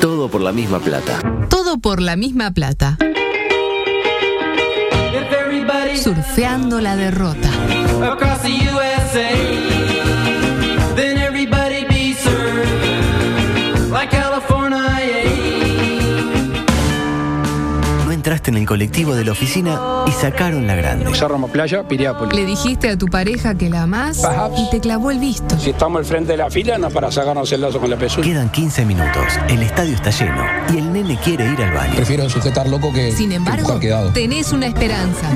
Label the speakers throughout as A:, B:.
A: Todo por la misma plata.
B: Todo por la misma plata. Surfeando la derrota.
C: across the USA. Then everybody be served like California.
A: No entraste en el colectivo de la oficina y sacaron la grande.
D: Cerro Playa, Piriápolis.
B: Le dijiste a tu pareja que la amás
D: Perhaps.
B: y te clavó el visto.
D: Si estamos al frente de la fila, no para sacarnos el lazo con la pezuña.
A: Quedan 15 minutos, el estadio está lleno y el nene quiere ir al baño.
D: Prefiero sujetar loco que.
B: Sin embargo, tenés una esperanza.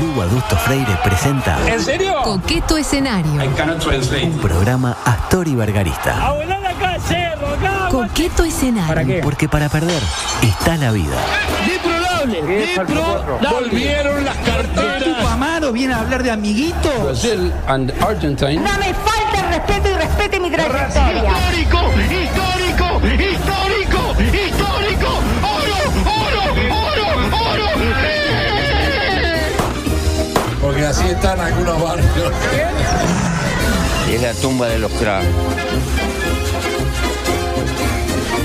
A: Lugo Adusto Freire presenta
D: ¿En serio?
B: Coqueto escenario.
D: cannot translate.
A: un programa Astor y Bargarista.
B: Coqueto escenario.
A: Porque para perder está la vida.
D: Volvieron las carteras.
E: Amaro viene a hablar de amiguito.
D: Brasil and Argentina.
F: No me falte el respeto y respete mi trayectoria.
G: Histórico, histórico, histórico, histórico. Oro, oro, oro, oro.
D: Porque así están algunos barrios.
H: Es la tumba de los cracks.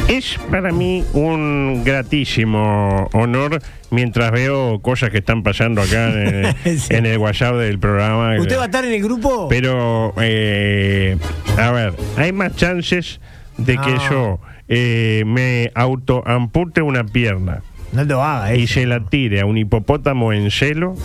I: Es para mí un gratísimo honor mientras veo cosas que están pasando acá en el,
E: Sí.
I: en el WhatsApp del programa.
E: ¿Usted va a estar en el grupo?
I: Pero, eh, a ver, hay más chances de que
E: No.
I: yo eh, me autoampute una pierna
E: No lo haga,
I: y
E: eh.
I: se la tire a un hipopótamo en celo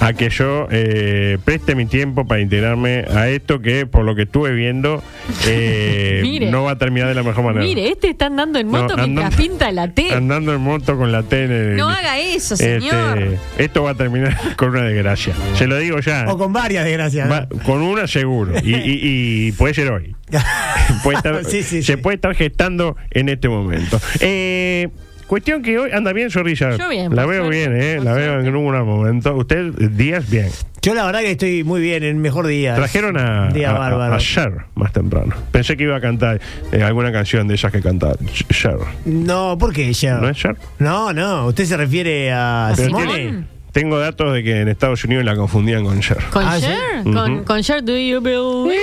I: a que yo eh, preste mi tiempo para integrarme a esto que, por lo que estuve viendo, eh,
J: Mire.
I: no va a terminar de la mejor manera.
J: Mire, este está andando en moto
I: No,
J: mientras
I: andando-
J: pinta la T.
I: Andando en moto con la T. en el-
J: No haga eso,
I: Este,
J: señor.
I: esto va a terminar con una desgracia. Se lo digo ya.
E: O con varias desgracias. ¿no?
I: Va- con una seguro. Y, y- y puede ser hoy. Puede estar-
E: Sí, sí,
I: se
E: sí.
I: puede estar gestando en este momento. Eh, cuestión que hoy anda bien, Zorrilla.
J: Yo bien,
I: La
J: por
I: veo
J: suerte,
I: bien, ¿eh?
J: por
I: La veo en un momento. Usted, días bien.
E: Yo la verdad que estoy muy bien, en mejor día.
I: Trajeron a,
E: Día
I: a- a-
E: bárbaro.
I: a Cher más temprano. Pensé que iba a cantar eh, alguna canción de esas que canta Cher.
E: No, ¿por qué ella?
I: ¿No es Cher?
E: No, no, usted se refiere a
I: Pero
E: Simone.
I: tiene- tengo datos de que en Estados Unidos la confundían con Cher.
J: ¿Con
E: Ah, ¿sí?
J: Cher? ¿Con,
I: Ujú.
J: con Cher, do you believe?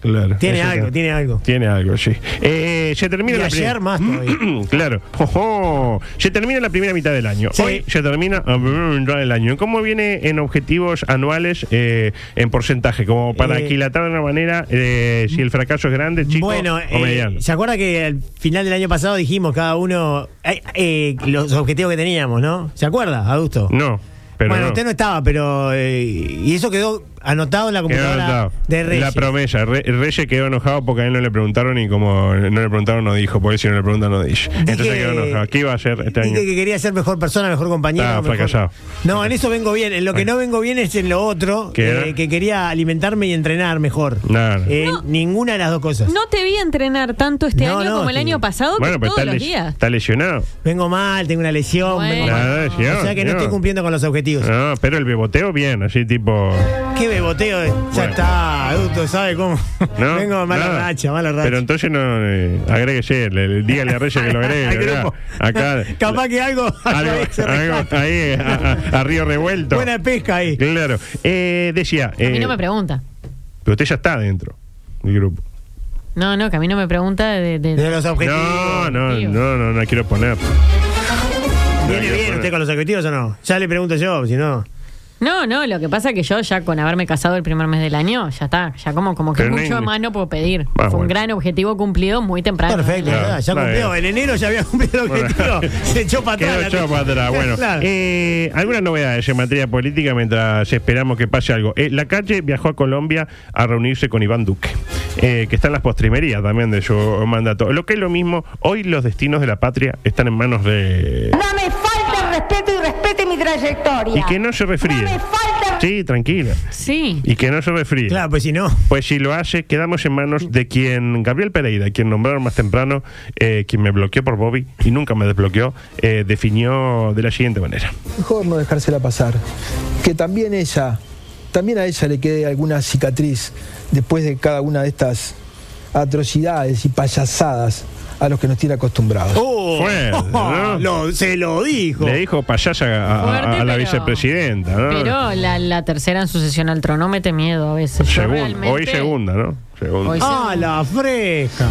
I: Claro,
E: Tiene
I: eso
E: algo,
I: está.
E: tiene algo.
I: Tiene algo, sí. Eh, se termina
E: Y
I: la
E: ayer
I: prim-
E: más todavía.
I: claro. Ojo. Se termina la primera mitad del año.
E: Sí.
I: Hoy se termina ah, la primera mitad del año. ¿Cómo viene en objetivos anuales eh, en porcentaje? Como para
E: Eh.
I: aquilatar de una manera eh, si el fracaso es grande, chico
E: bueno,
I: o
E: eh,
I: mediano.
E: ¿se acuerda que al final del año pasado dijimos cada uno eh, eh, los objetivos que teníamos, ¿no? ¿Se acuerda, Adusto?
I: No, pero
E: bueno,
I: no.
E: usted no estaba, pero. eh, y eso quedó anotado en la
I: Quedó
E: computadora
I: anotado.
E: de Reyes.
I: La promesa. Re- Reyes quedó enojado porque a él no le preguntaron y como no le preguntaron no dijo, porque si no le preguntan no dice. Entonces
E: Dije-
I: quedó enojado. ¿Qué iba a hacer este año?
E: Dije que quería ser mejor persona, mejor compañero.
I: Ah,
E: mejor-
I: fracasado.
E: No, en eso vengo bien. En lo que no vengo bien es en lo otro,
I: ¿Qué era?
E: eh, que quería alimentarme y entrenar mejor.
I: Claro.
E: Eh, Ninguna de las dos cosas.
J: No te vi entrenar tanto este
E: No,
J: año
E: no,
J: como el
E: sí.
J: año pasado,
I: Bueno,
J: que
I: pero
J: todos
I: está,
J: los
I: les-
J: días.
I: está lesionado.
E: Vengo mal, tengo una lesión.
J: Bueno.
E: vengo mal.
I: Nada, lesionado,
E: o sea que no
I: lesionado.
E: estoy cumpliendo con los objetivos.
I: No, Ah, pero el beboteo bien, así tipo.
E: Qué beboteo. de- Ya
I: Ah. Bueno.
E: está, adulto, ¿sabe cómo?
I: ¿no?
E: vengo de mala
I: Nada.
E: racha, mala racha.
I: Pero entonces no. eh, agréguese, le, le- dígale a Reyes que lo agregue.
E: Al
I: acá,
E: grupo.
I: acá.
E: Capaz que algo.
I: Algo,
E: se
I: algo
E: rescata.
I: ahí, a, a- a río revuelto.
E: Buena pesca ahí.
I: Claro. Eh, decía.
J: a mí
I: eh,
J: no me pregunta.
I: pero usted ya está dentro del grupo.
J: No, no, que a mí no me pregunta de... de-
E: De los objetivos.
I: No, no,
J: Objetivo.
I: no, no, no quiero poner.
E: ¿Viene bien usted con los objetivos o no? Ya le pregunto yo, si no.
J: No, no, lo que pasa es que yo ya con haberme casado el primer mes del año, ya está, ya como, como que
I: Pero no hay-
J: mucho más no puedo pedir.
I: Ah,
J: Fue un
I: bueno.
J: gran objetivo cumplido muy temprano.
E: Perfecto,
I: Claro,
E: ya, ya
I: está
E: cumplió.
I: bien.
E: En enero ya había cumplido el objetivo.
I: Bueno.
E: Se echó para atrás.
I: Quedó
E: la
I: echado
E: tipa.
I: para atrás. Bueno,
E: Claro.
I: eh, algunas novedades en materia política mientras esperamos que pase algo. Eh, la calle viajó a Colombia a reunirse con Iván Duque, eh, que está en las postrimerías también de su mandato. Lo que es lo mismo, hoy los destinos de la patria están en manos de.
F: No me falte el respeto y respete mi trayectoria.
I: Y que no se refríe.
F: No me falte el
I: Sí, tranquila.
J: Sí.
I: Y que no se refríe.
E: Claro, pues si no.
I: Pues si lo hace, quedamos en manos de quien, Gabriel Pereira, quien nombraron más temprano, eh, quien me bloqueó por Bobby y nunca me desbloqueó, eh, definió de la siguiente manera.
G: Mejor no dejársela pasar. Que también ella, también a ella le quede alguna cicatriz después de cada una de estas atrocidades y payasadas a los que nos tiene acostumbrados.
E: Oh,
I: Fue, ¿no?
E: lo- se lo dijo.
I: Le dijo payasa a, a-
J: Fuerte,
I: a la
J: pero-
I: vicepresidenta, ¿no?
J: Oh, Pero la, la tercera en sucesión al trono mete miedo a veces. Yo
I: Según-
J: realmente-
I: hoy segunda, ¿no? según-
J: Hoy
E: ¡Ah, la fresca!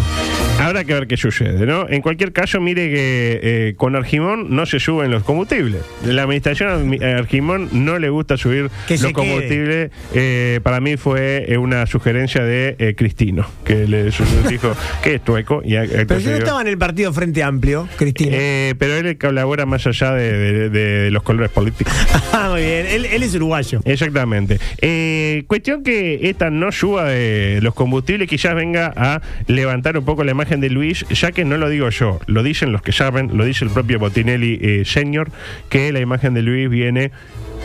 I: Habrá que ver qué sucede, ¿no? En cualquier caso, mire que eh, con Argimón no se suben los combustibles. La administración Armi- a Argimón no le gusta subir
E: Que se
I: los
E: quede.
I: combustibles. Eh, para mí fue eh, una sugerencia de eh, Cristino, que le su- dijo que es tueco. Y,
E: Pero yo no estaba en el partido Frente Amplio, Cristina.
I: Eh. pero él colabora más allá de- de- de los colores políticos.
E: Ah, muy bien. Él, él es uruguayo.
I: Exactamente. Eh, cuestión que esta no suba de los combustibles quizás venga a levantar un poco la imagen de Luis, ya que no lo digo yo, lo dicen los que saben, lo dice el propio Botinelli eh, Senior, que la imagen de Luis viene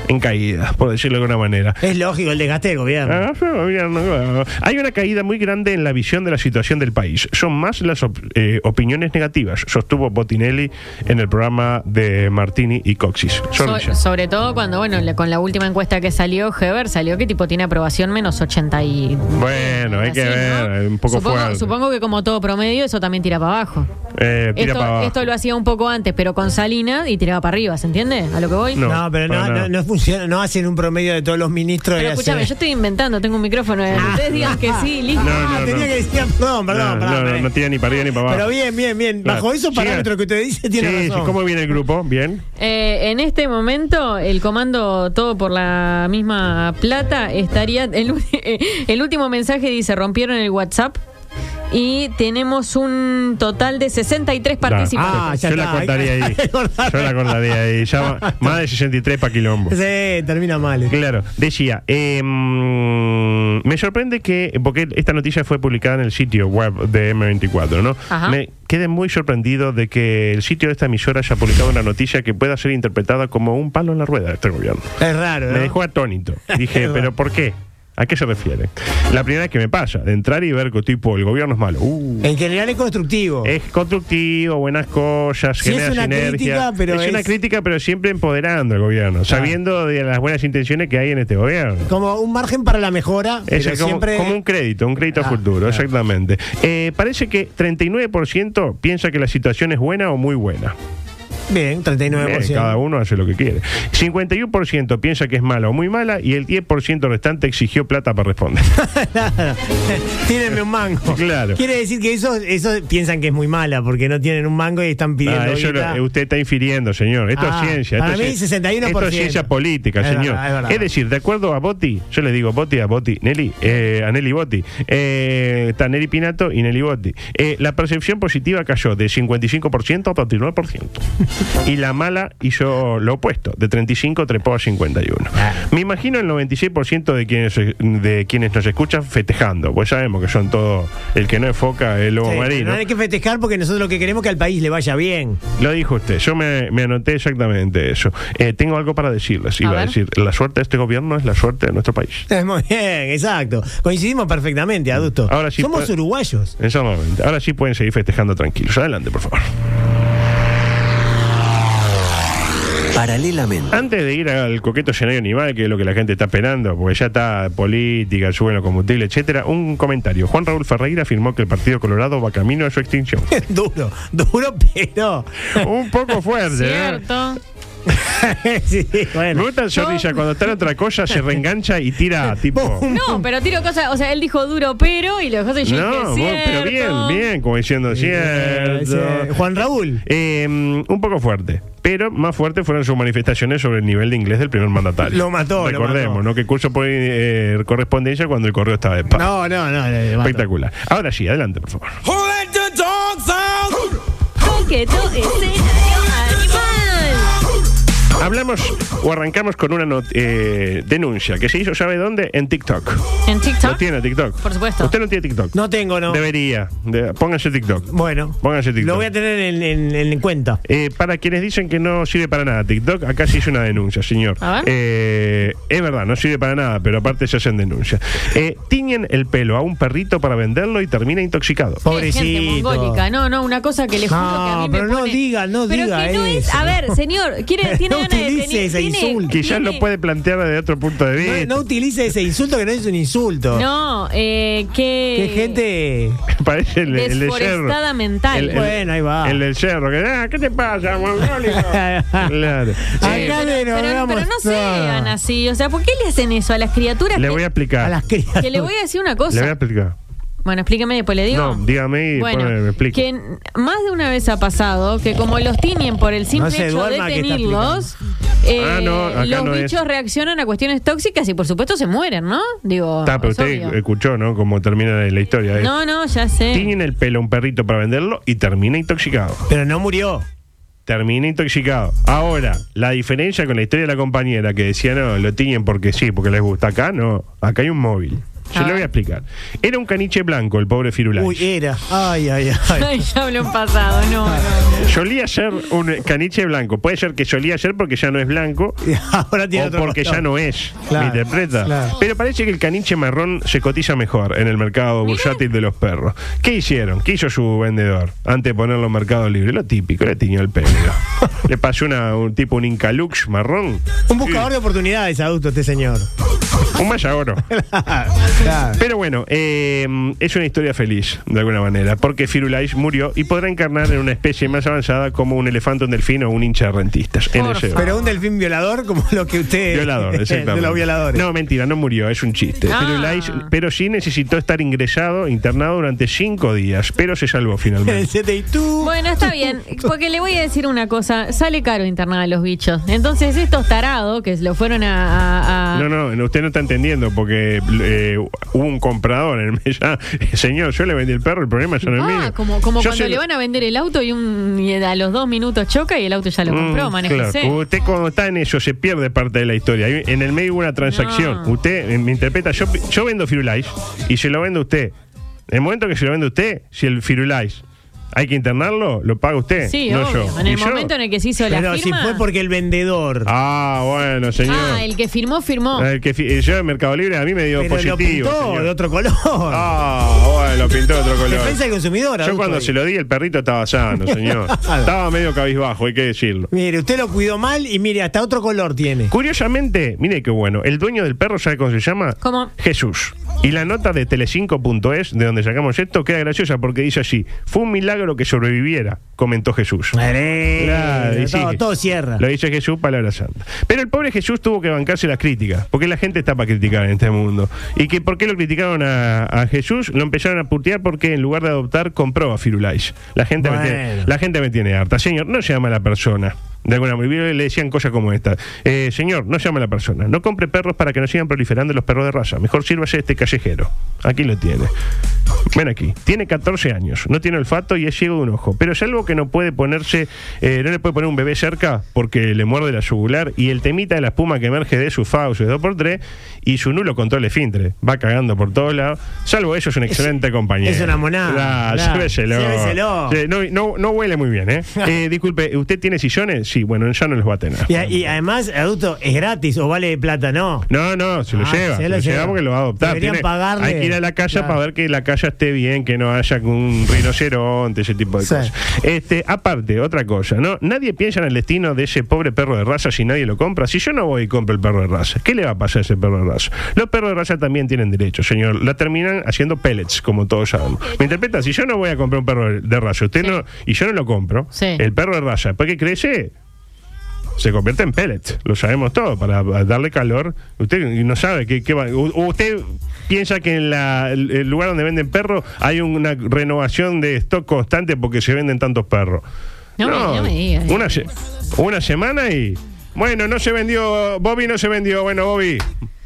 I: en caída, por decirlo de alguna manera.
E: Es lógico el desgaste del gobierno.
I: Ah, pero mira, no, no. Hay una caída muy grande en la visión de la situación del país. Son más las op- eh, opiniones negativas, sostuvo Botinelli en el programa de Martini y Coxis. Zorrilla.
J: So- sobre todo cuando, bueno, le- con la última encuesta que salió, Heber salió que tipo tiene aprobación menos 80 y...
I: Bueno, hay que
J: así, ¿no?
I: ver, un poco
J: supongo,
I: fuerte.
J: supongo que como todo promedio, eso también tira para abajo.
I: Eh, tira
J: esto,
I: para abajo.
J: esto lo hacía un poco antes, pero con Salinas y tiraba para arriba, ¿se entiende? A lo que voy.
I: No,
E: No, pero no,
I: para nada.
E: no, no funciona, no hacen un promedio de todos los
J: Pero
E: ministros de la
J: escúchame, yo
E: CE.
J: estoy inventando, tengo un micrófono. eh. Ustedes digan que sí, listo.
I: No,
E: Ah,
I: no,
E: tenía
I: no.
E: que decir, perdón, perdón,
I: no,
E: perdón.
I: no, no,
E: perdón.
I: no tiene ni para arriba ni para abajo.
E: pero bien, bien, bien.
I: Claro.
E: Bajo esos
I: Siga.
E: parámetros que usted dice, tiene
I: sí,
E: razón.
I: sí, ¿cómo viene el grupo? Bien.
J: Eh, en este momento, el comando Todo por la misma plata estaría. El, u- el último mensaje dice: rompieron el WhatsApp. Y tenemos un total de 63 participantes.
E: Ah, ya
I: yo la
E: está.
I: cortaría ahí.
E: Cortar.
I: Yo la cortaría ahí. Ya va- más de 63 para quilombo.
E: Sí, termina mal.
I: Claro, decía, eh, mm, me sorprende que, porque esta noticia fue publicada en el sitio web de M24, ¿no?
J: Ajá.
I: Me quedé muy sorprendido de que el sitio de esta emisora haya publicado una noticia que pueda ser interpretada como un palo en la rueda de este gobierno.
E: Es raro, ¿no?
I: Me dejó atónito.
E: ¿Eh? Es
I: Dije,
E: verdad.
I: ¿pero por qué? ¿A qué se refiere? La primera vez que me pasa, de entrar y ver que tipo el gobierno es malo. Uh,
E: En general es constructivo.
I: es constructivo, buenas cosas,
E: Sí, es
I: genera
E: una
I: sinergia.
E: crítica, pero
I: es, una
E: es-
I: crítica, pero siempre empoderando al gobierno, sabiendo de las buenas intenciones que hay en este gobierno.
E: Como un margen para la mejora,
I: Es
E: pero
I: como,
E: siempre... Ah,
I: como un crédito, un crédito a futuro, exactamente. Eh, parece que 39% piensa que la situación es buena o muy buena.
E: Bien, 39%.
I: Bien, Eh, cada uno hace lo que quiere. 51% piensa que es mala o muy mala y el 10% restante exigió plata para responder.
E: Tírenme un mango.
I: Claro.
E: Quiere decir que esos, esos piensan que es muy mala porque no tienen un mango y están pidiendo.
I: Ah, eso
E: guita.
I: lo- eh, usted está infiriendo, señor. Esto
E: Ah,
I: es ciencia. esto
E: para
I: es
E: mí,
I: cien-
E: 61%.
I: Esto es ciencia política,
E: Es
I: señor.
E: verdad, es verdad.
I: decir, de acuerdo a Botti, yo le digo Botti a Botti, Nelly, eh, a Nelly Botti, eh, está Nelly Pinato y Nelly Botti. Eh, la percepción positiva cayó de 55% a 39%. y la mala hizo lo opuesto, de 35 trepó a 51.
E: Ah.
I: Me imagino el 96% de quienes, de quienes nos escuchan festejando, pues sabemos que son todos, el que no enfoca es lobo
E: Sí,
I: marino.
E: No hay que festejar porque nosotros lo que queremos es que al país le vaya bien.
I: Lo dijo usted, yo me, me anoté exactamente eso. Eh, tengo algo para decirles,
J: A
I: iba a,
J: ver.
I: decir, la suerte de este gobierno es la suerte de nuestro país.
E: Es Muy bien, exacto. Coincidimos perfectamente, adusto.
I: Ahora sí
E: Somos
I: puede-
E: uruguayos.
I: Exactamente. Ahora sí pueden seguir festejando tranquilos. Adelante, por favor.
A: Paralelamente,
I: Antes de ir al coqueto escenario animal, que es lo que la gente está esperando, porque ya está política, suben los combustibles, etcétera, un comentario. Juan Raúl Ferreira afirmó que el Partido Colorado va camino a su extinción.
E: duro, duro, pero.
I: un poco fuerte, ¿eh?
J: Cierto.
E: sí,
I: Me
E: bueno.
I: gusta el Zorrilla, cuando está en otra cosa se reengancha y tira tipo.
J: No, pero tiro cosas. O sea, él dijo duro, pero. Y lo dejó así. yo dije,
I: No, bueno, pero bien,
J: "Cierto".
I: bien, como diciendo cierto.
E: Sí, Juan Raúl.
I: Eh, un poco fuerte, pero más fuerte fueron sus manifestaciones sobre el nivel de inglés del primer mandatario.
E: Lo mató, lo
I: Recordemos,
E: mató.
I: ¿no? Que curso por eh, correspondencia cuando el correo estaba de paz.
E: No, no, no. le- le mato.
I: Espectacular. Ahora sí, adelante, por favor.
J: Coqueto escenario animal.
I: Hablamos o arrancamos con una not- eh, denuncia que se hizo, ¿sabe dónde? En TikTok.
J: En
I: ¿No
J: TikTok.
I: tiene TikTok?
J: Por supuesto.
I: ¿Usted no tiene TikTok?
E: No tengo, no.
I: Debería. De- póngase TikTok.
E: Bueno,
I: Póngase TikTok.
E: lo voy a tener en, en- en cuenta.
I: Eh, para quienes dicen que no sirve para nada TikTok, acá se hizo una denuncia, señor.
J: A ver.
I: Eh, es verdad, no sirve para nada, pero aparte se hacen denuncias. Eh, tiñen el pelo a un perrito para venderlo y termina intoxicado.
J: Qué Gente
E: Pobrecito.
J: mongólica. No, no, una cosa que le juro que a
E: No,
J: mí me
E: pero no
J: pone-
E: diga, no
J: Pero
E: diga
J: que no es-
E: eso.
J: A ver, señor, quiere, tiene
E: No
J: ganas de
E: utilice
J: tener-
E: ese
J: tiene-
E: insulto.
I: Quizás
J: tiene-
I: lo puede plantear desde otro punto de
E: No,
I: vista.
E: no utilice ese insulto que no es un insulto.
J: No, eh, que.
E: Qué gente.
I: Parece el, el del cerro.
J: Desforestada mental. pues.
E: Bueno, ahí va.
I: El del cerro. Que, ah, ¿Qué te pasa, mongólico? claro.
E: Ay,
I: Eh,
E: Acá
J: pero,
E: le
J: pero- pero
E: nombramos
J: no
E: todo.
J: sean así. O sea, ¿por qué le hacen eso a las criaturas?
I: le
J: que,
I: voy a explicar.
E: A las
I: Le
E: criaturas.
J: que le voy a decir una cosa.
I: voy a explicar.
J: Bueno, explíqueme, después le digo.
I: No, dígame y
J: bueno,
I: después me explico.
J: que n- más de una vez ha pasado que como los tiñen por el simple
I: No se
J: hecho de
I: duerma que está
J: tenerlos, eh,
I: Ah, no, acá
J: los
I: no es.
J: bichos reaccionan a cuestiones tóxicas y por supuesto se mueren, ¿no? Digo,
I: Está, pero
J: es
I: usted
J: Pues obvio.
I: escuchó, ¿no? Cómo termina la, la historia. ¿eh?
J: no, no, ya sé.
I: Tiñen el pelo a un perrito para venderlo y termina intoxicado.
E: Pero no murió.
I: Termina intoxicado. Ahora, la diferencia con la historia de la compañera que decía, no, lo tiñen porque sí, porque les gusta. Acá no, acá hay un móvil. Se lo voy a explicar. Era un caniche blanco el pobre Firulais.
E: Ah. Uy, era. Ay, ay, ay.
J: Ay, ya habló en pasado, no, no.
I: Solía ser un caniche blanco. Puede ser que solía ser porque ya no es blanco
E: Ahora tiene
I: o
E: otro
I: porque
E: color.
I: ya no es.
E: Claro,
I: ¿Me interpreta?
E: claro.
I: Pero parece que el caniche marrón se cotiza mejor en el mercado bursátil de los perros. ¿Qué hicieron? ¿Qué hizo su vendedor antes de ponerlo en Mercado Libre? Lo típico, le tiñó el pelo. le pasó una, un tipo, un Incalux marrón.
E: Un buscador de oportunidades, adulto, este señor.
I: Un mayagoro.
E: Claro.
I: Pero bueno, eh, es una historia feliz, de alguna manera, porque Firulais murió y podrá encarnar en una especie más avanzada como un elefante, un delfín o un hincha de rentistas. en el Llevo.
E: Pero un delfín violador como lo que usted.
I: Violador,
E: Eh, De
I: exactamente.
E: los violadores.
I: No, mentira, no murió, es un chiste.
J: Ah.
I: Firulais- pero sí necesitó estar ingresado, internado durante cinco días, pero se salvó
E: En el
I: finalmente.
E: set y tú.
J: Bueno, está bien, porque le voy a decir una cosa, sale caro internar a los bichos. Entonces estos tarados que lo fueron a... a- a-
I: No, no, no, usted no está entendiendo porque eh, hubo un comprador en el ya, Señor, yo le vendí el perro, el problema ya no es mío.
J: Ah, como, como
I: Yo
J: cuando
I: se
J: le
I: lo-
J: van a vender el auto y, un, y a los dos minutos choca y el auto ya lo compró,
I: Mm,
J: manéjese.
I: claro. Usted cuando está en eso se pierde parte de la historia. Ahí, En el medio hubo una transacción.
J: No.
I: Usted eh, me interpreta, yo, yo vendo Firulais y se lo vendo a usted. En el momento que se lo vende a usted, si el Firulais hay que internarlo, lo paga usted,
J: Sí,
I: Eh, no
J: obvio.
I: yo.
J: En
I: ¿Y
J: el
I: yo?
J: momento en el que se hizo la
E: Pero si
J: firma.
E: fue porque el vendedor.
I: Ah, bueno, señor.
J: Ah, el que firmó, firmó.
I: El que fi- eh, yo en Mercado Libre a mí me dio
E: pero
I: positivo.
E: lo pintó
I: señor.
E: de otro color.
I: Ah, bueno, lo pintó de otro color.
E: Defensa del consumidor.
I: Yo
E: adulto,
I: cuando
E: ahí.
I: se lo di, el perrito estaba sano, señor.
E: Claro.
I: estaba medio cabizbajo, hay que decirlo.
E: Mire, usted lo cuidó mal y mire, hasta otro color tiene.
I: Curiosamente, mire qué bueno, el dueño del perro, ¿sabe cómo se llama?
J: ¿Cómo?
I: Jesús. Y la nota de telecinco.es, de donde sacamos esto, queda graciosa porque dice así, fue un milagro que sobreviviera, comentó Jesús.
E: Madre,
I: Claro, y sí.
E: Eh, todo, todo cierra.
I: Lo dice Jesús, palabra santa. Pero el pobre Jesús tuvo que bancarse las críticas, porque la gente está para criticar en este mundo. Y que por qué lo criticaron a, a Jesús, lo empezaron a putear porque en lugar de adoptar, compró a Firulais. La gente, me,
E: Bueno.
I: tiene, la gente me tiene harta. Señor, no sea mala persona. De alguna manera le decían cosas como esta. Eh, señor, no sea mala persona. No compre perros para que no sigan proliferando los perros de raza. Mejor sírvase este callejero. Aquí lo tiene. Ven aquí, tiene 14 años, no tiene olfato y es ciego de un ojo. Pero es algo que no puede ponerse, eh, no le puede poner un bebé cerca porque le muerde la yugular y el temita de la espuma que emerge de sus fauces 2x3 y su nulo control esfíntere. Va cagando por todos lados. Salvo eso, es un excelente compañero.
E: es una monada,
I: Claro,
E: claro.
I: lléveselo.
E: Lléveselo.
I: Sí, no, no- no huele muy bien, ¿eh? Eh, Disculpe, ¿usted tiene sillones? Sí, bueno, ya no los va a tener.
E: Y, a- y además, adulto, es gratis o vale plata, no.
I: No, no, se lo
E: Ah,
I: lleva. Se lo lleva porque lo va a adoptar.
E: Deberían
I: Tiene-
E: pagarle.
I: Hay que ir a la casa
E: Claro.
I: para ver que la casa esté bien, que no haya un rinoceronte, ese tipo de
E: Sí.
I: cosas. Este, aparte, otra cosa, ¿no? Nadie piensa en el destino de ese pobre perro de raza si nadie lo compra. Si yo no voy y compro el perro de raza, ¿qué le va a pasar a ese perro de raza? Los perros de raza también tienen derechos, señor. La terminan haciendo pellets, como todos sabemos. ¿Me interpreta? Si yo no voy a comprar un perro de raza, usted no, y yo no lo compro,
J: Sí.
I: el perro de raza, ¿para qué crece? se convierte en pellet, lo sabemos todo, para darle calor. Usted no sabe qué, qué va. u- Usted piensa que en la- el el lugar donde venden perros hay una renovación de stock constante porque se venden tantos perros.
J: No me- no me diga.
I: Una, se- una semana y. Bueno, no se vendió, Bobby no se vendió, bueno, Bobby.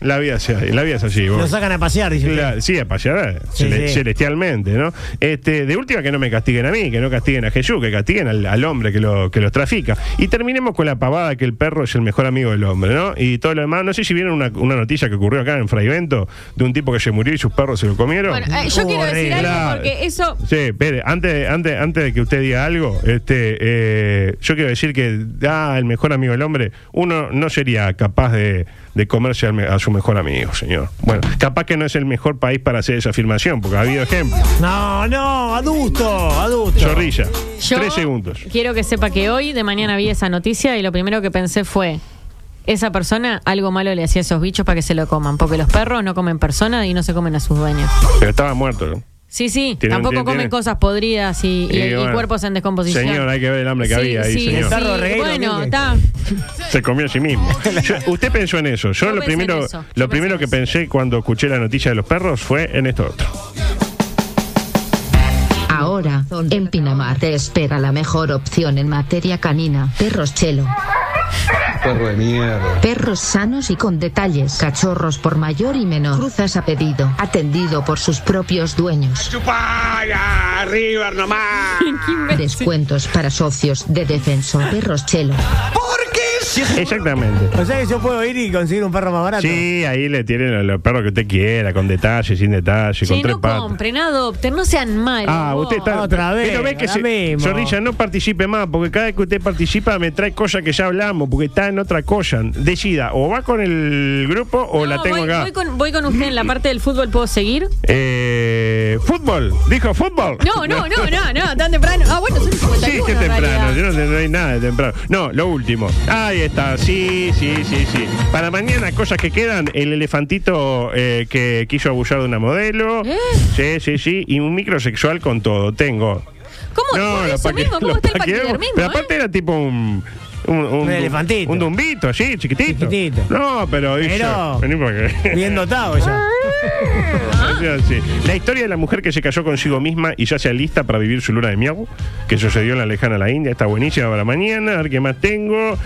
I: La vida, se- la vida es así, Bobby.
E: Lo sacan a pasear, dice. usted.
I: Claro, sí, a pasear eh,
E: Sí,
I: cele-
E: sí.
I: celestialmente, ¿no? Este, de última que no me castiguen a mí, que no castiguen a Jesús, que castiguen al, al hombre que, lo, que los trafica. Y terminemos con la pavada que el perro es el mejor amigo del hombre, ¿no? Y todo lo demás, no sé si vieron una, una noticia que ocurrió acá en Fraivento de un tipo que se murió y sus perros se lo comieron.
J: Bueno, eh, yo quiero decir
E: Horrible.
J: algo
I: Claro.
J: porque eso.
I: Sí, espere, antes, antes, antes de que usted diga algo, este, eh, yo quiero decir que ah, el mejor amigo del hombre, uno no sería capaz de, de comerse al me- a su mejor amigo, señor. Bueno, capaz que no es el mejor país para hacer esa afirmación, porque ha habido ejemplos.
E: No, no, adulto, adulto.
I: Zorrilla,
J: Yo
I: tres segundos.
J: Quiero que sepa que hoy de mañana vi esa noticia y lo primero que pensé fue. Esa persona algo malo le hacía a esos bichos para que se lo coman, porque los perros no comen personas y no se comen a sus dueños.
I: Pero estaba muerto. ¿no?
J: Sí, sí,
I: Tiene-
J: tampoco
I: tiene-
J: comen
I: tiene-
J: cosas podridas y, y-
I: Y
J: y
I: bueno,
J: cuerpos en descomposición.
I: Señor, hay que ver el hambre que
J: Sí,
I: había ahí,
J: sí,
I: señor.
J: sí.
E: Perro reguero,
J: Bueno,
E: mire.
J: está.
I: Se comió a sí mismo. Yo- usted pensó en eso.
J: Yo
I: Yo, lo
J: pensé en
I: primero,
J: eso. Yo pensé
I: lo primero
J: en
I: que
J: eso.
I: pensé cuando escuché la noticia de los perros fue en esto otro.
K: Ahora, en Pinamar te espera la mejor opción en materia canina, perros chelo.
L: Perro de mierda.
K: Perros sanos y con detalles, cachorros por mayor y menor, cruzas a pedido, atendido por sus propios dueños.
L: ¡Chupala! ¡River nomás!
K: Descuentos para socios de Defensor Perros Chelo.
I: Exactamente.
E: O sea que yo puedo ir y conseguir un perro más barato.
I: Sí, ahí le tienen los, los perros que usted quiera, con detalle, sin detalle,
J: Che,
I: con tres
J: no
I: patas.
J: compren, adopten, no sean malos.
I: Ah, usted está.
E: Otra vez,
I: Pero ve que
E: la
I: se-
E: mismo.
I: Zorrilla, no participe más, porque cada vez que usted participa me trae cosas que ya hablamos, porque está en otra cosa. Decida, o va con el grupo o
J: No,
I: Oh, la tengo
J: voy,
I: acá.
J: voy con, voy con usted en la parte del fútbol, ¿puedo seguir?
I: Eh, fútbol, dijo fútbol.
J: No, no, no, no, no, tan temprano. Ah, bueno, son
I: Sí,
J: 51
I: que
J: en
I: temprano,
J: realidad.
I: yo no, no hay nada de temprano. No, lo último. Ahí está, sí, sí, sí, sí. Para mañana, cosas que quedan, el elefantito eh, que quiso abusar de una modelo.
J: ¿Eh?
I: Sí, sí, sí. Y un microsexual con todo. Tengo.
J: ¿Cómo? por
I: lo
J: eso
I: paque-
J: mismo, ¿cómo
I: lo
J: está el
I: paqueamos.
J: paquidermismo?
I: Pero
J: eh?
I: aparte era tipo un. Un,
E: Un elefantito.
I: Un dumbito, así, chiquitito.
E: Chiquitito.
I: No, pero. dice,
E: Pero-
I: vení para acá.
E: Bien dotado ya. Ah.
I: Sí. La historia de la mujer que se casó consigo misma y ya se alista para vivir su luna de miau, que sucedió en la lejana la India, está buenísima para mañana, a ver qué más tengo.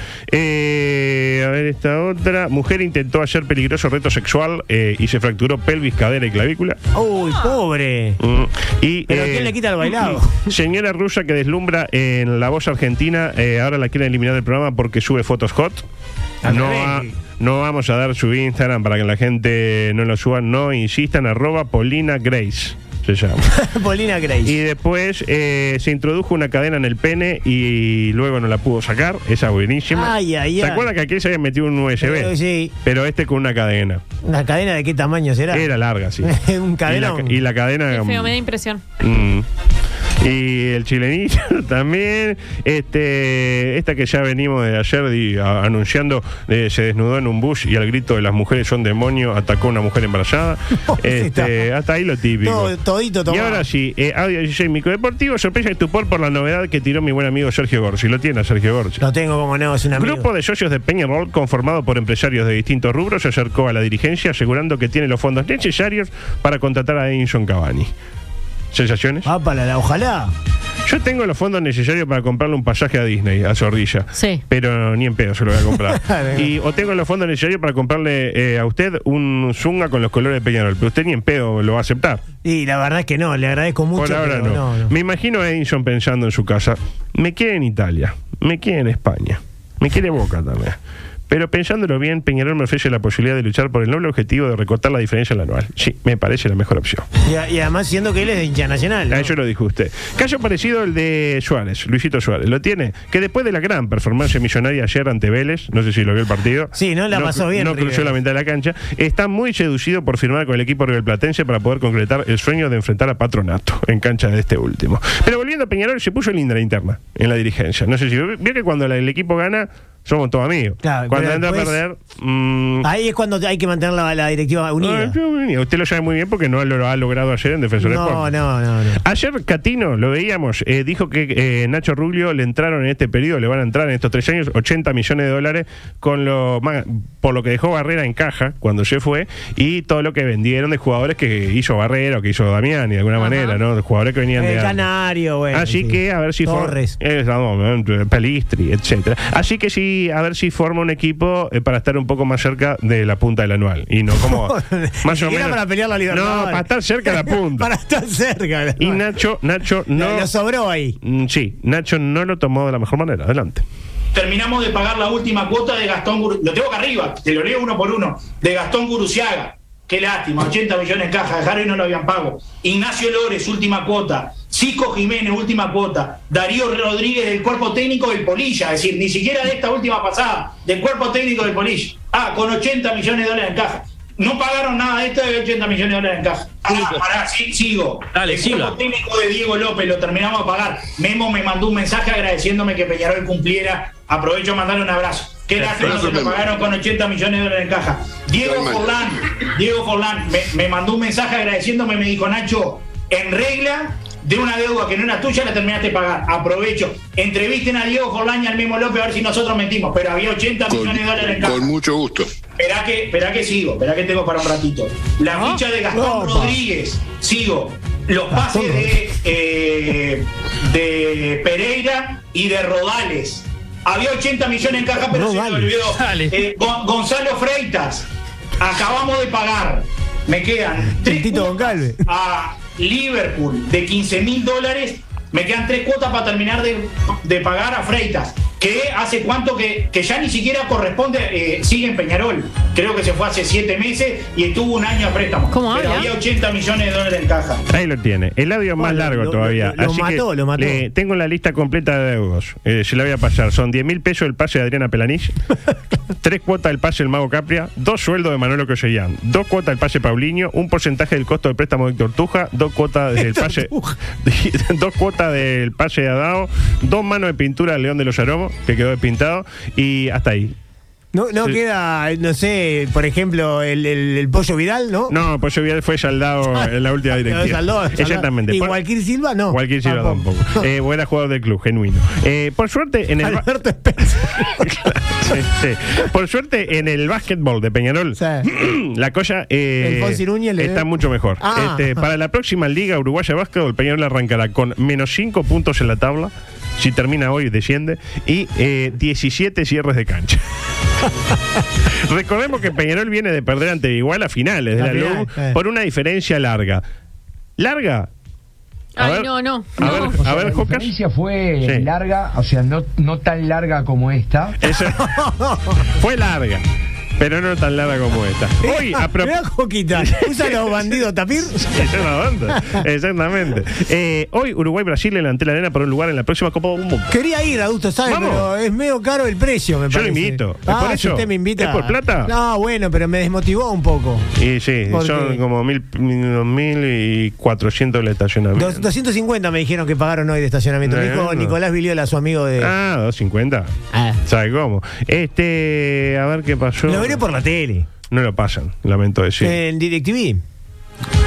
I: Eh, a ver esta otra. Mujer intentó hacer peligroso reto sexual eh, y se fracturó pelvis, cadera y clavícula.
E: Uy, pobre.
I: Mm. Y,
E: Pero ¿quién le quita el bailado?
I: Eh, Señora rusa que deslumbra en La Voz Argentina, eh, ahora la quieren eliminar del programa porque sube fotos hot.
E: Al
I: No,
E: revés.
I: va- no vamos a dar su Instagram para que la gente no lo suba, no insistan, arroba Polina Grace se llama.
E: Polina Grace.
I: Y después eh, se introdujo una cadena en el pene y luego no la pudo sacar, esa buenísima.
E: Ay, ay,
I: ¿Se
E: ay.
I: acuerdan que aquí se había metido un USB?
E: Pero sí.
I: Pero este con una cadena.
E: ¿Una cadena de qué tamaño será?
I: Era larga, sí.
E: Un
I: Y
E: cadenón.
I: la, y la cadena...
J: Qué feo,
I: mm,
J: me da impresión.
I: Mm. Y el chilenito también. Este, esta que ya venimos de ayer di- a- anunciando, eh, se desnudó en un bus y al grito de las mujeres son demonio, atacó a una mujer embarazada. Este, hasta ahí lo típico.
E: Todo- todito
I: y
E: tomado.
I: ahora sí, eh, audio 16 microdeportivo, sorpresa y estupor por la novedad que tiró mi buen amigo Sergio Gorsi. Lo tiene a Sergio Gorsi.
E: Lo tengo como no, es un amigo.
I: Grupo de socios de Peñarol, conformado por empresarios de distintos rubros, se acercó a la dirigencia asegurando que tiene los fondos necesarios para contratar a Edinson Cavani. ¿Sensaciones?
E: Ápala, la- ojalá.
I: Yo tengo los fondos necesarios para comprarle un pasaje a Disney, a Zorrilla.
J: Sí.
I: Pero ni en pedo se lo voy a comprar. y, o tengo los fondos necesarios para comprarle eh, a usted un zunga con los colores de Peñarol. Pero usted ni en pedo lo va a aceptar.
E: Y la verdad es que no, le agradezco mucho.
I: Por ahora no.
E: pero no, no.
I: Me imagino a Edison pensando en su casa. Me quiere en Italia, me quiere en España, me quiere Boca también. Pero pensándolo bien, Peñarol me ofrece la posibilidad de luchar por el noble objetivo de recortar la diferencia en la anual. Sí, me parece la mejor opción.
E: Y, a- y además siendo que él es de hincha nacional. ¿no?
I: A Ah, eso lo dijo usted. Caso parecido el de Suárez, Luisito Suárez. Lo tiene, que después de la gran performance millonaria ayer ante Vélez, no sé si lo vio el partido.
E: Sí, no la pasó
I: cru-
E: bien,
I: No
E: River.
I: cruzó la mitad de la cancha. Está muy seducido por firmar con el equipo riverplatense para poder concretar el sueño de enfrentar a Patronato en cancha de este último. Pero volviendo a Peñarol, se puso linda la interna en la dirigencia. No sé si vio vio que cuando la- el equipo gana, somos todos amigos.
E: Claro,
I: cuando
E: pero
I: anda a
E: después- Ah,
I: perder. mm,
E: Ahí es cuando hay que mantener la, la directiva unida.
I: ah, yo venía. Usted lo sabe muy bien porque no lo ha logrado ayer en Defensor
E: No,
I: Sporting.
E: no, no, no.
I: Ayer Catino, lo veíamos, eh, dijo que eh, Nacho Rubio le entraron en este periodo, le van a entrar en estos tres años 80 millones de dólares con lo ma- por lo que dejó Barrera en caja cuando se fue y todo lo que vendieron de jugadores que hizo Barrera o que hizo Damián y de alguna manera, ¿no? De jugadores que venían de
E: El
I: antes.
E: canario, bueno.
I: Así
E: eh, sí.
I: que a ver si for-
E: Torres.
I: Eh, no, Pelistri, etcétera. Así que sí, a ver si forma un equipo eh, para estar un poco más cerca de la punta del anual y no como
E: Ni
I: más o
E: siquiera
I: menos
E: para pelear la libertad.
I: No, para estar cerca de la punta.
E: para estar cerca.
I: Y Nacho, Nacho no
E: Lo sobró ahí.
I: Mm, Sí, Nacho no lo tomó de la mejor manera. Adelante.
M: terminamos de pagar la última cuota de Gastón Guru- lo tengo acá arriba, te lo leo uno por uno, de Gastón Guruciaga. Qué lástima, 80 millones en caja, dejaron y no lo habían pago. Ignacio Lores, última cuota. Cisco Jiménez, última cuota. Darío Rodríguez del cuerpo técnico del Polilla, es decir, ni siquiera de esta última pasada, del cuerpo técnico del Polilla. Ah, con 80 millones de dólares en caja. No pagaron nada de esto de 80 millones de dólares en caja. Ah, pará, sí, sigo.
N: Dale,
M: El
N: siga.
M: cuerpo técnico de Diego López, lo terminamos de pagar. Memo me mandó un mensaje agradeciéndome que Peñarol cumpliera. Aprovecho a mandarle un abrazo. Qué lástima que lo pagaron con 80 millones de dólares en caja. Diego Forlán, Diego Forlán me, me mandó un mensaje agradeciéndome, me dijo Nacho, en regla de una deuda que no era tuya, la terminaste de pagar. Aprovecho. Entrevisten a Diego Forlán y al mismo López a ver si nosotros mentimos, pero había 80 millones de dólares en caja.
O: Con mucho gusto.
M: Esperá que, esperá que sigo, esperá que tengo para un ratito. La ficha de Gastón Rodríguez, sigo. los pases de, eh, de Pereira y de Rodales. Había 80 millones en caja, pero se me olvidó. Eh, Gon- Gonzalo Freitas, acabamos de pagar. Me quedan tres cuotas a Liverpool de 15 mil dólares. Me quedan tres cuotas para terminar de, de pagar a Freitas, que hace cuánto que, que ya ni siquiera corresponde, eh, sigue en Peñarol. Creo que se fue hace siete meses y estuvo un año a préstamo. pero había 80 millones de dólares en caja.
I: Ahí lo tiene. El audio es más largo
E: lo-
I: todavía.
E: lo- lo
I: Así
E: mató,
I: que
E: lo mató.
I: le- tengo la lista completa de deudos. Eh, se la voy a pasar. Son 10 mil pesos el pase de Adriana Pelanich, tres cuotas del pase del Mago Capria, dos sueldos de Manolo Cosellán, dos cuotas del pase Paulinho, un porcentaje del costo del préstamo de Héctor Tuja, dos cuotas del pase, dos cuotas del pase de Adao, dos manos de pintura del León de los Aromos, que quedó despintado, y hasta ahí.
E: No, no
I: Sí.
E: queda, no sé, por ejemplo, el, el- el pollo Vidal, ¿no?
I: No, pues yo vi- fue
E: Ah,
I: saldado en la última directiva.
E: saldó, saldó.
I: Exactamente.
E: Y
I: Por-
E: Walquir Silva, no.
I: Cualquier sirva
E: Tampoco.
I: tampoco. Eh, buen jugador del club, genuino. Eh, por suerte, en el. ba- Claro, sí, sí. Por suerte, en el básquetbol de Peñarol, la cosa eh,
E: El Fonsi Núñez le-
I: está mucho mejor.
E: Ah.
I: Este, para la próxima Liga Uruguaya de Básquetbol, Peñarol arrancará con menos 5 puntos en la tabla. Si termina hoy, desciende. Y eh, 17 cierres de cancha. Recordemos que Peñarol viene de perder ante igual a finales de
J: La
I: la, LU
J: final, eh.
I: por una diferencia larga. ¿Larga? A
J: Ay,
I: ver, Ah,
J: no, no.
I: a
J: no.
I: ver,
N: O sea,
I: a ver,
N: la
I: Jocas.
N: diferencia fue larga, o sea, no, no tan larga como esta.
I: Eso- fue larga, pero no tan larga como esta. Hoy, a prop-
E: Mirá, Joquita, usa los bandidos tapir.
I: Es una banda, Exactamente. Eh, hoy Uruguay-Brasil en la Antela Arena por un lugar en la próxima Copa del Mundo.
E: Quería ir, Adusto, ¿sabes?
I: Vamos.
E: Pero es medio caro el precio, me
I: Yo lo
E: parece.
I: invito. ¿Es
E: Ah,
I: por
E: si
I: eso?
E: usted me invita.
I: ¿Es por plata?
E: No, bueno, pero me desmotivó un poco.
I: Y sí,
E: ¿Por
I: son
E: qué?
I: como mil, mil, mil y cuatrocientos el estacionamiento.
E: Dos- 250 me dijeron que pagaron hoy de estacionamiento. Me dijo
I: Bueno.
E: Nicolás Viliola, su amigo de. Ah.
I: Ah, 250. ¿Sabe cómo? Este, a ver qué pasó.
E: Lo veré por Eh. la tele.
I: No lo pasan, lamento decir.
E: En DirecTV.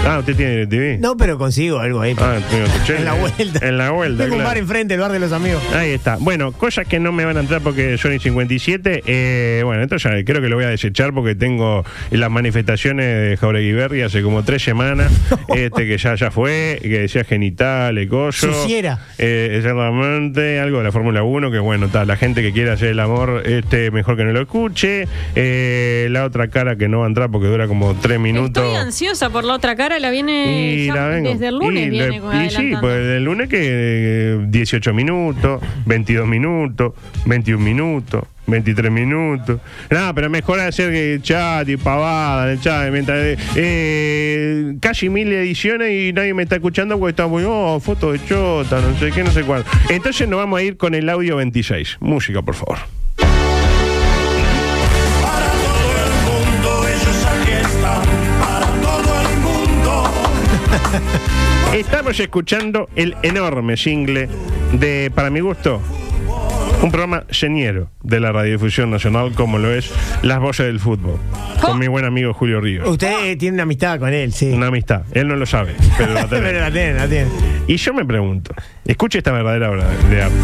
I: Ah, usted tiene DirecTV.
E: No, pero consigo algo ahí.
I: Ah, tengo que-
E: En la vuelta.
I: En la vuelta.
E: Tengo un
I: claro.
E: bar enfrente, el bar de los amigos.
I: Ahí está. Bueno, cosas que no me van a entrar porque son el 57. Eh, bueno, esto ya creo que lo voy a desechar porque tengo las manifestaciones de Jauregui Berri hace como tres semanas. este que ya, ya fue, que decía genital, ecoso.
E: Suciera.
I: Eh, exactamente, algo de la Fórmula 1, que bueno, está la gente que quiere hacer el amor, este mejor que no lo escuche. Eh, la otra cara que no va a entrar porque dura como tres minutos.
J: Estoy ansiosa por la otra cara, la viene
I: Y
J: ya
I: la vengo.
J: desde el lunes.
I: Y
J: viene
I: lo-
J: con-
I: y sí,
J: adelantando.
I: pues el lunes que eh, 18 minutos, 22 minutos, 21 minutos, 23 minutos. Nada, pero mejor hacer que chat y pavada, el chat, mientras, eh, eh, casi mil ediciones y nadie me está escuchando porque está muy, oh, foto de chota, no sé qué, no sé cuál. Entonces nos vamos a ir con el audio 26. Música, por favor. Estamos escuchando el enorme single de, para mi gusto, un programa señero de la Radiodifusión Nacional como lo es Las Voces del Fútbol, con mi buen amigo Julio Ríos.
E: Usted eh, tiene una amistad con él, sí.
I: Ah. Una amistad, él no lo sabe, pero la tenemos.
E: Pero la tiene, la tiene.
I: Y yo me pregunto, escuche esta verdadera obra de arte.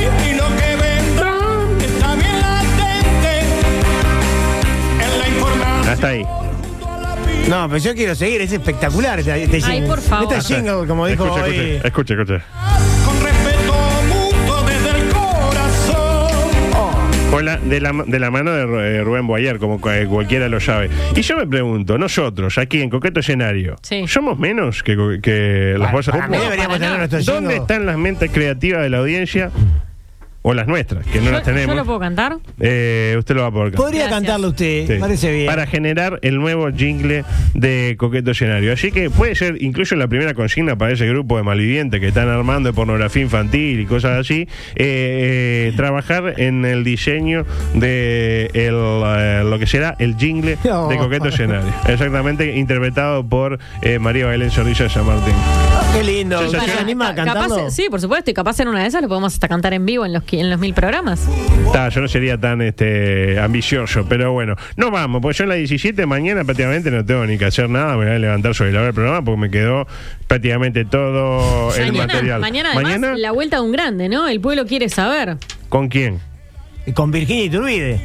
O: y lo que vendrá está bien latente en la información.
I: Hasta ahí.
E: No, pero yo quiero seguir, es espectacular. Este, este
O: Ay,
E: jingle.
O: por favor.
E: Este jingle, como dijo
I: escuche,
E: hoy.
I: escuche, escuche, escuche.
O: Con respeto mutuo desde el corazón.
I: Con la- de, la, de la mano de Ru- eh, Rubén Boyer, como cua- cualquiera lo sabe. Y yo me pregunto, nosotros, aquí en Coqueto Escenario, ¿somos menos que, co- que las voces
E: para mí Ah, deberíamos tener nuestro
I: ¿Dónde
E: jingle.
I: están las mentes creativas de la audiencia? O las nuestras, que no
J: Yo-
I: las
J: ¿Yo
I: tenemos.
J: lo puedo cantar?
I: Eh, usted lo va a poder cantar.
E: Podría cantarlo usted,
I: Sí.
E: parece bien.
I: Para generar el nuevo jingle de Coqueto Escenario. Así que puede ser incluso la primera consigna para ese grupo de malvivientes que están armando de pornografía infantil y cosas así. eh, eh, trabajar en el diseño de el, eh, lo que será el jingle
E: No.
I: de Coqueto Escenario. Exactamente, interpretado por eh, María Belén Zorrilla de San Martín.
E: Qué lindo. ¿Usted se
J: Para-
E: anima a
J: ca- capaz-
E: cantarlo?
J: sí, por supuesto, y capaz en una de esas lo podemos hasta cantar en vivo en los, qui- en los mil programas.
I: Ta, yo no sería tan este, ambicioso, pero bueno, no vamos, porque yo en las 17 mañana prácticamente no tengo ni que hacer nada, me voy a levantar sobre la hora del programa porque me quedó prácticamente todo el
J: Mañana,
I: material.
J: mañana además, la vuelta de un grande, ¿no? El pueblo quiere saber.
I: ¿Con quién?
E: Con Virginia Iturbide.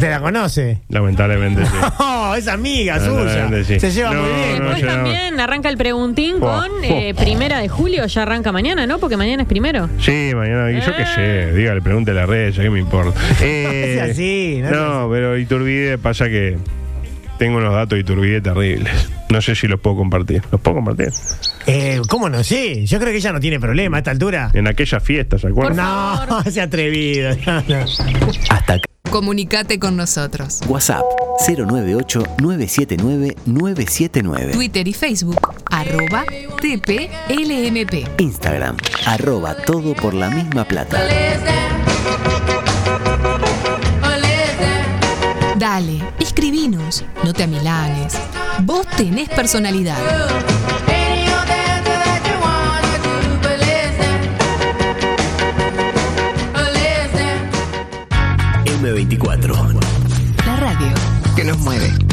E: ¿Te la conoce?
I: Lamentablemente sí.
E: No, es amiga
I: Lamentablemente sí.
E: suya. Se lleva
I: No,
E: muy bien.
I: no,
J: Eh, Después
I: ya-
J: también arranca el preguntín
I: Buah,
J: con eh, primera de julio, ya arranca mañana, ¿no? Porque mañana es primero.
I: Sí, mañana, y yo qué sé, dígale, pregúntele a Reyes, ¿qué me importa? Eh,
E: Es así, no
I: no,
E: es
I: pero Iturbide pasa que tengo unos datos de Iturbide terribles. No sé si los puedo compartir. ¿Los puedo compartir?
E: Eh, ¿Cómo no sé? Yo creo que ella no tiene problema a esta altura.
I: En aquella fiesta, ¿se
E: No,
I: acuerdan?
E: se ha atrevido. no, no.
A: Hasta acá.
B: Comunicate con nosotros.
A: WhatsApp 098-979-979.
B: Twitter y Facebook, arroba TPLMP.
A: Instagram, arroba todo por la misma plata.
B: Dale, escribinos, no te amilanes. Vos tenés personalidad.
A: M24.
B: La radio.
A: Que nos mueve.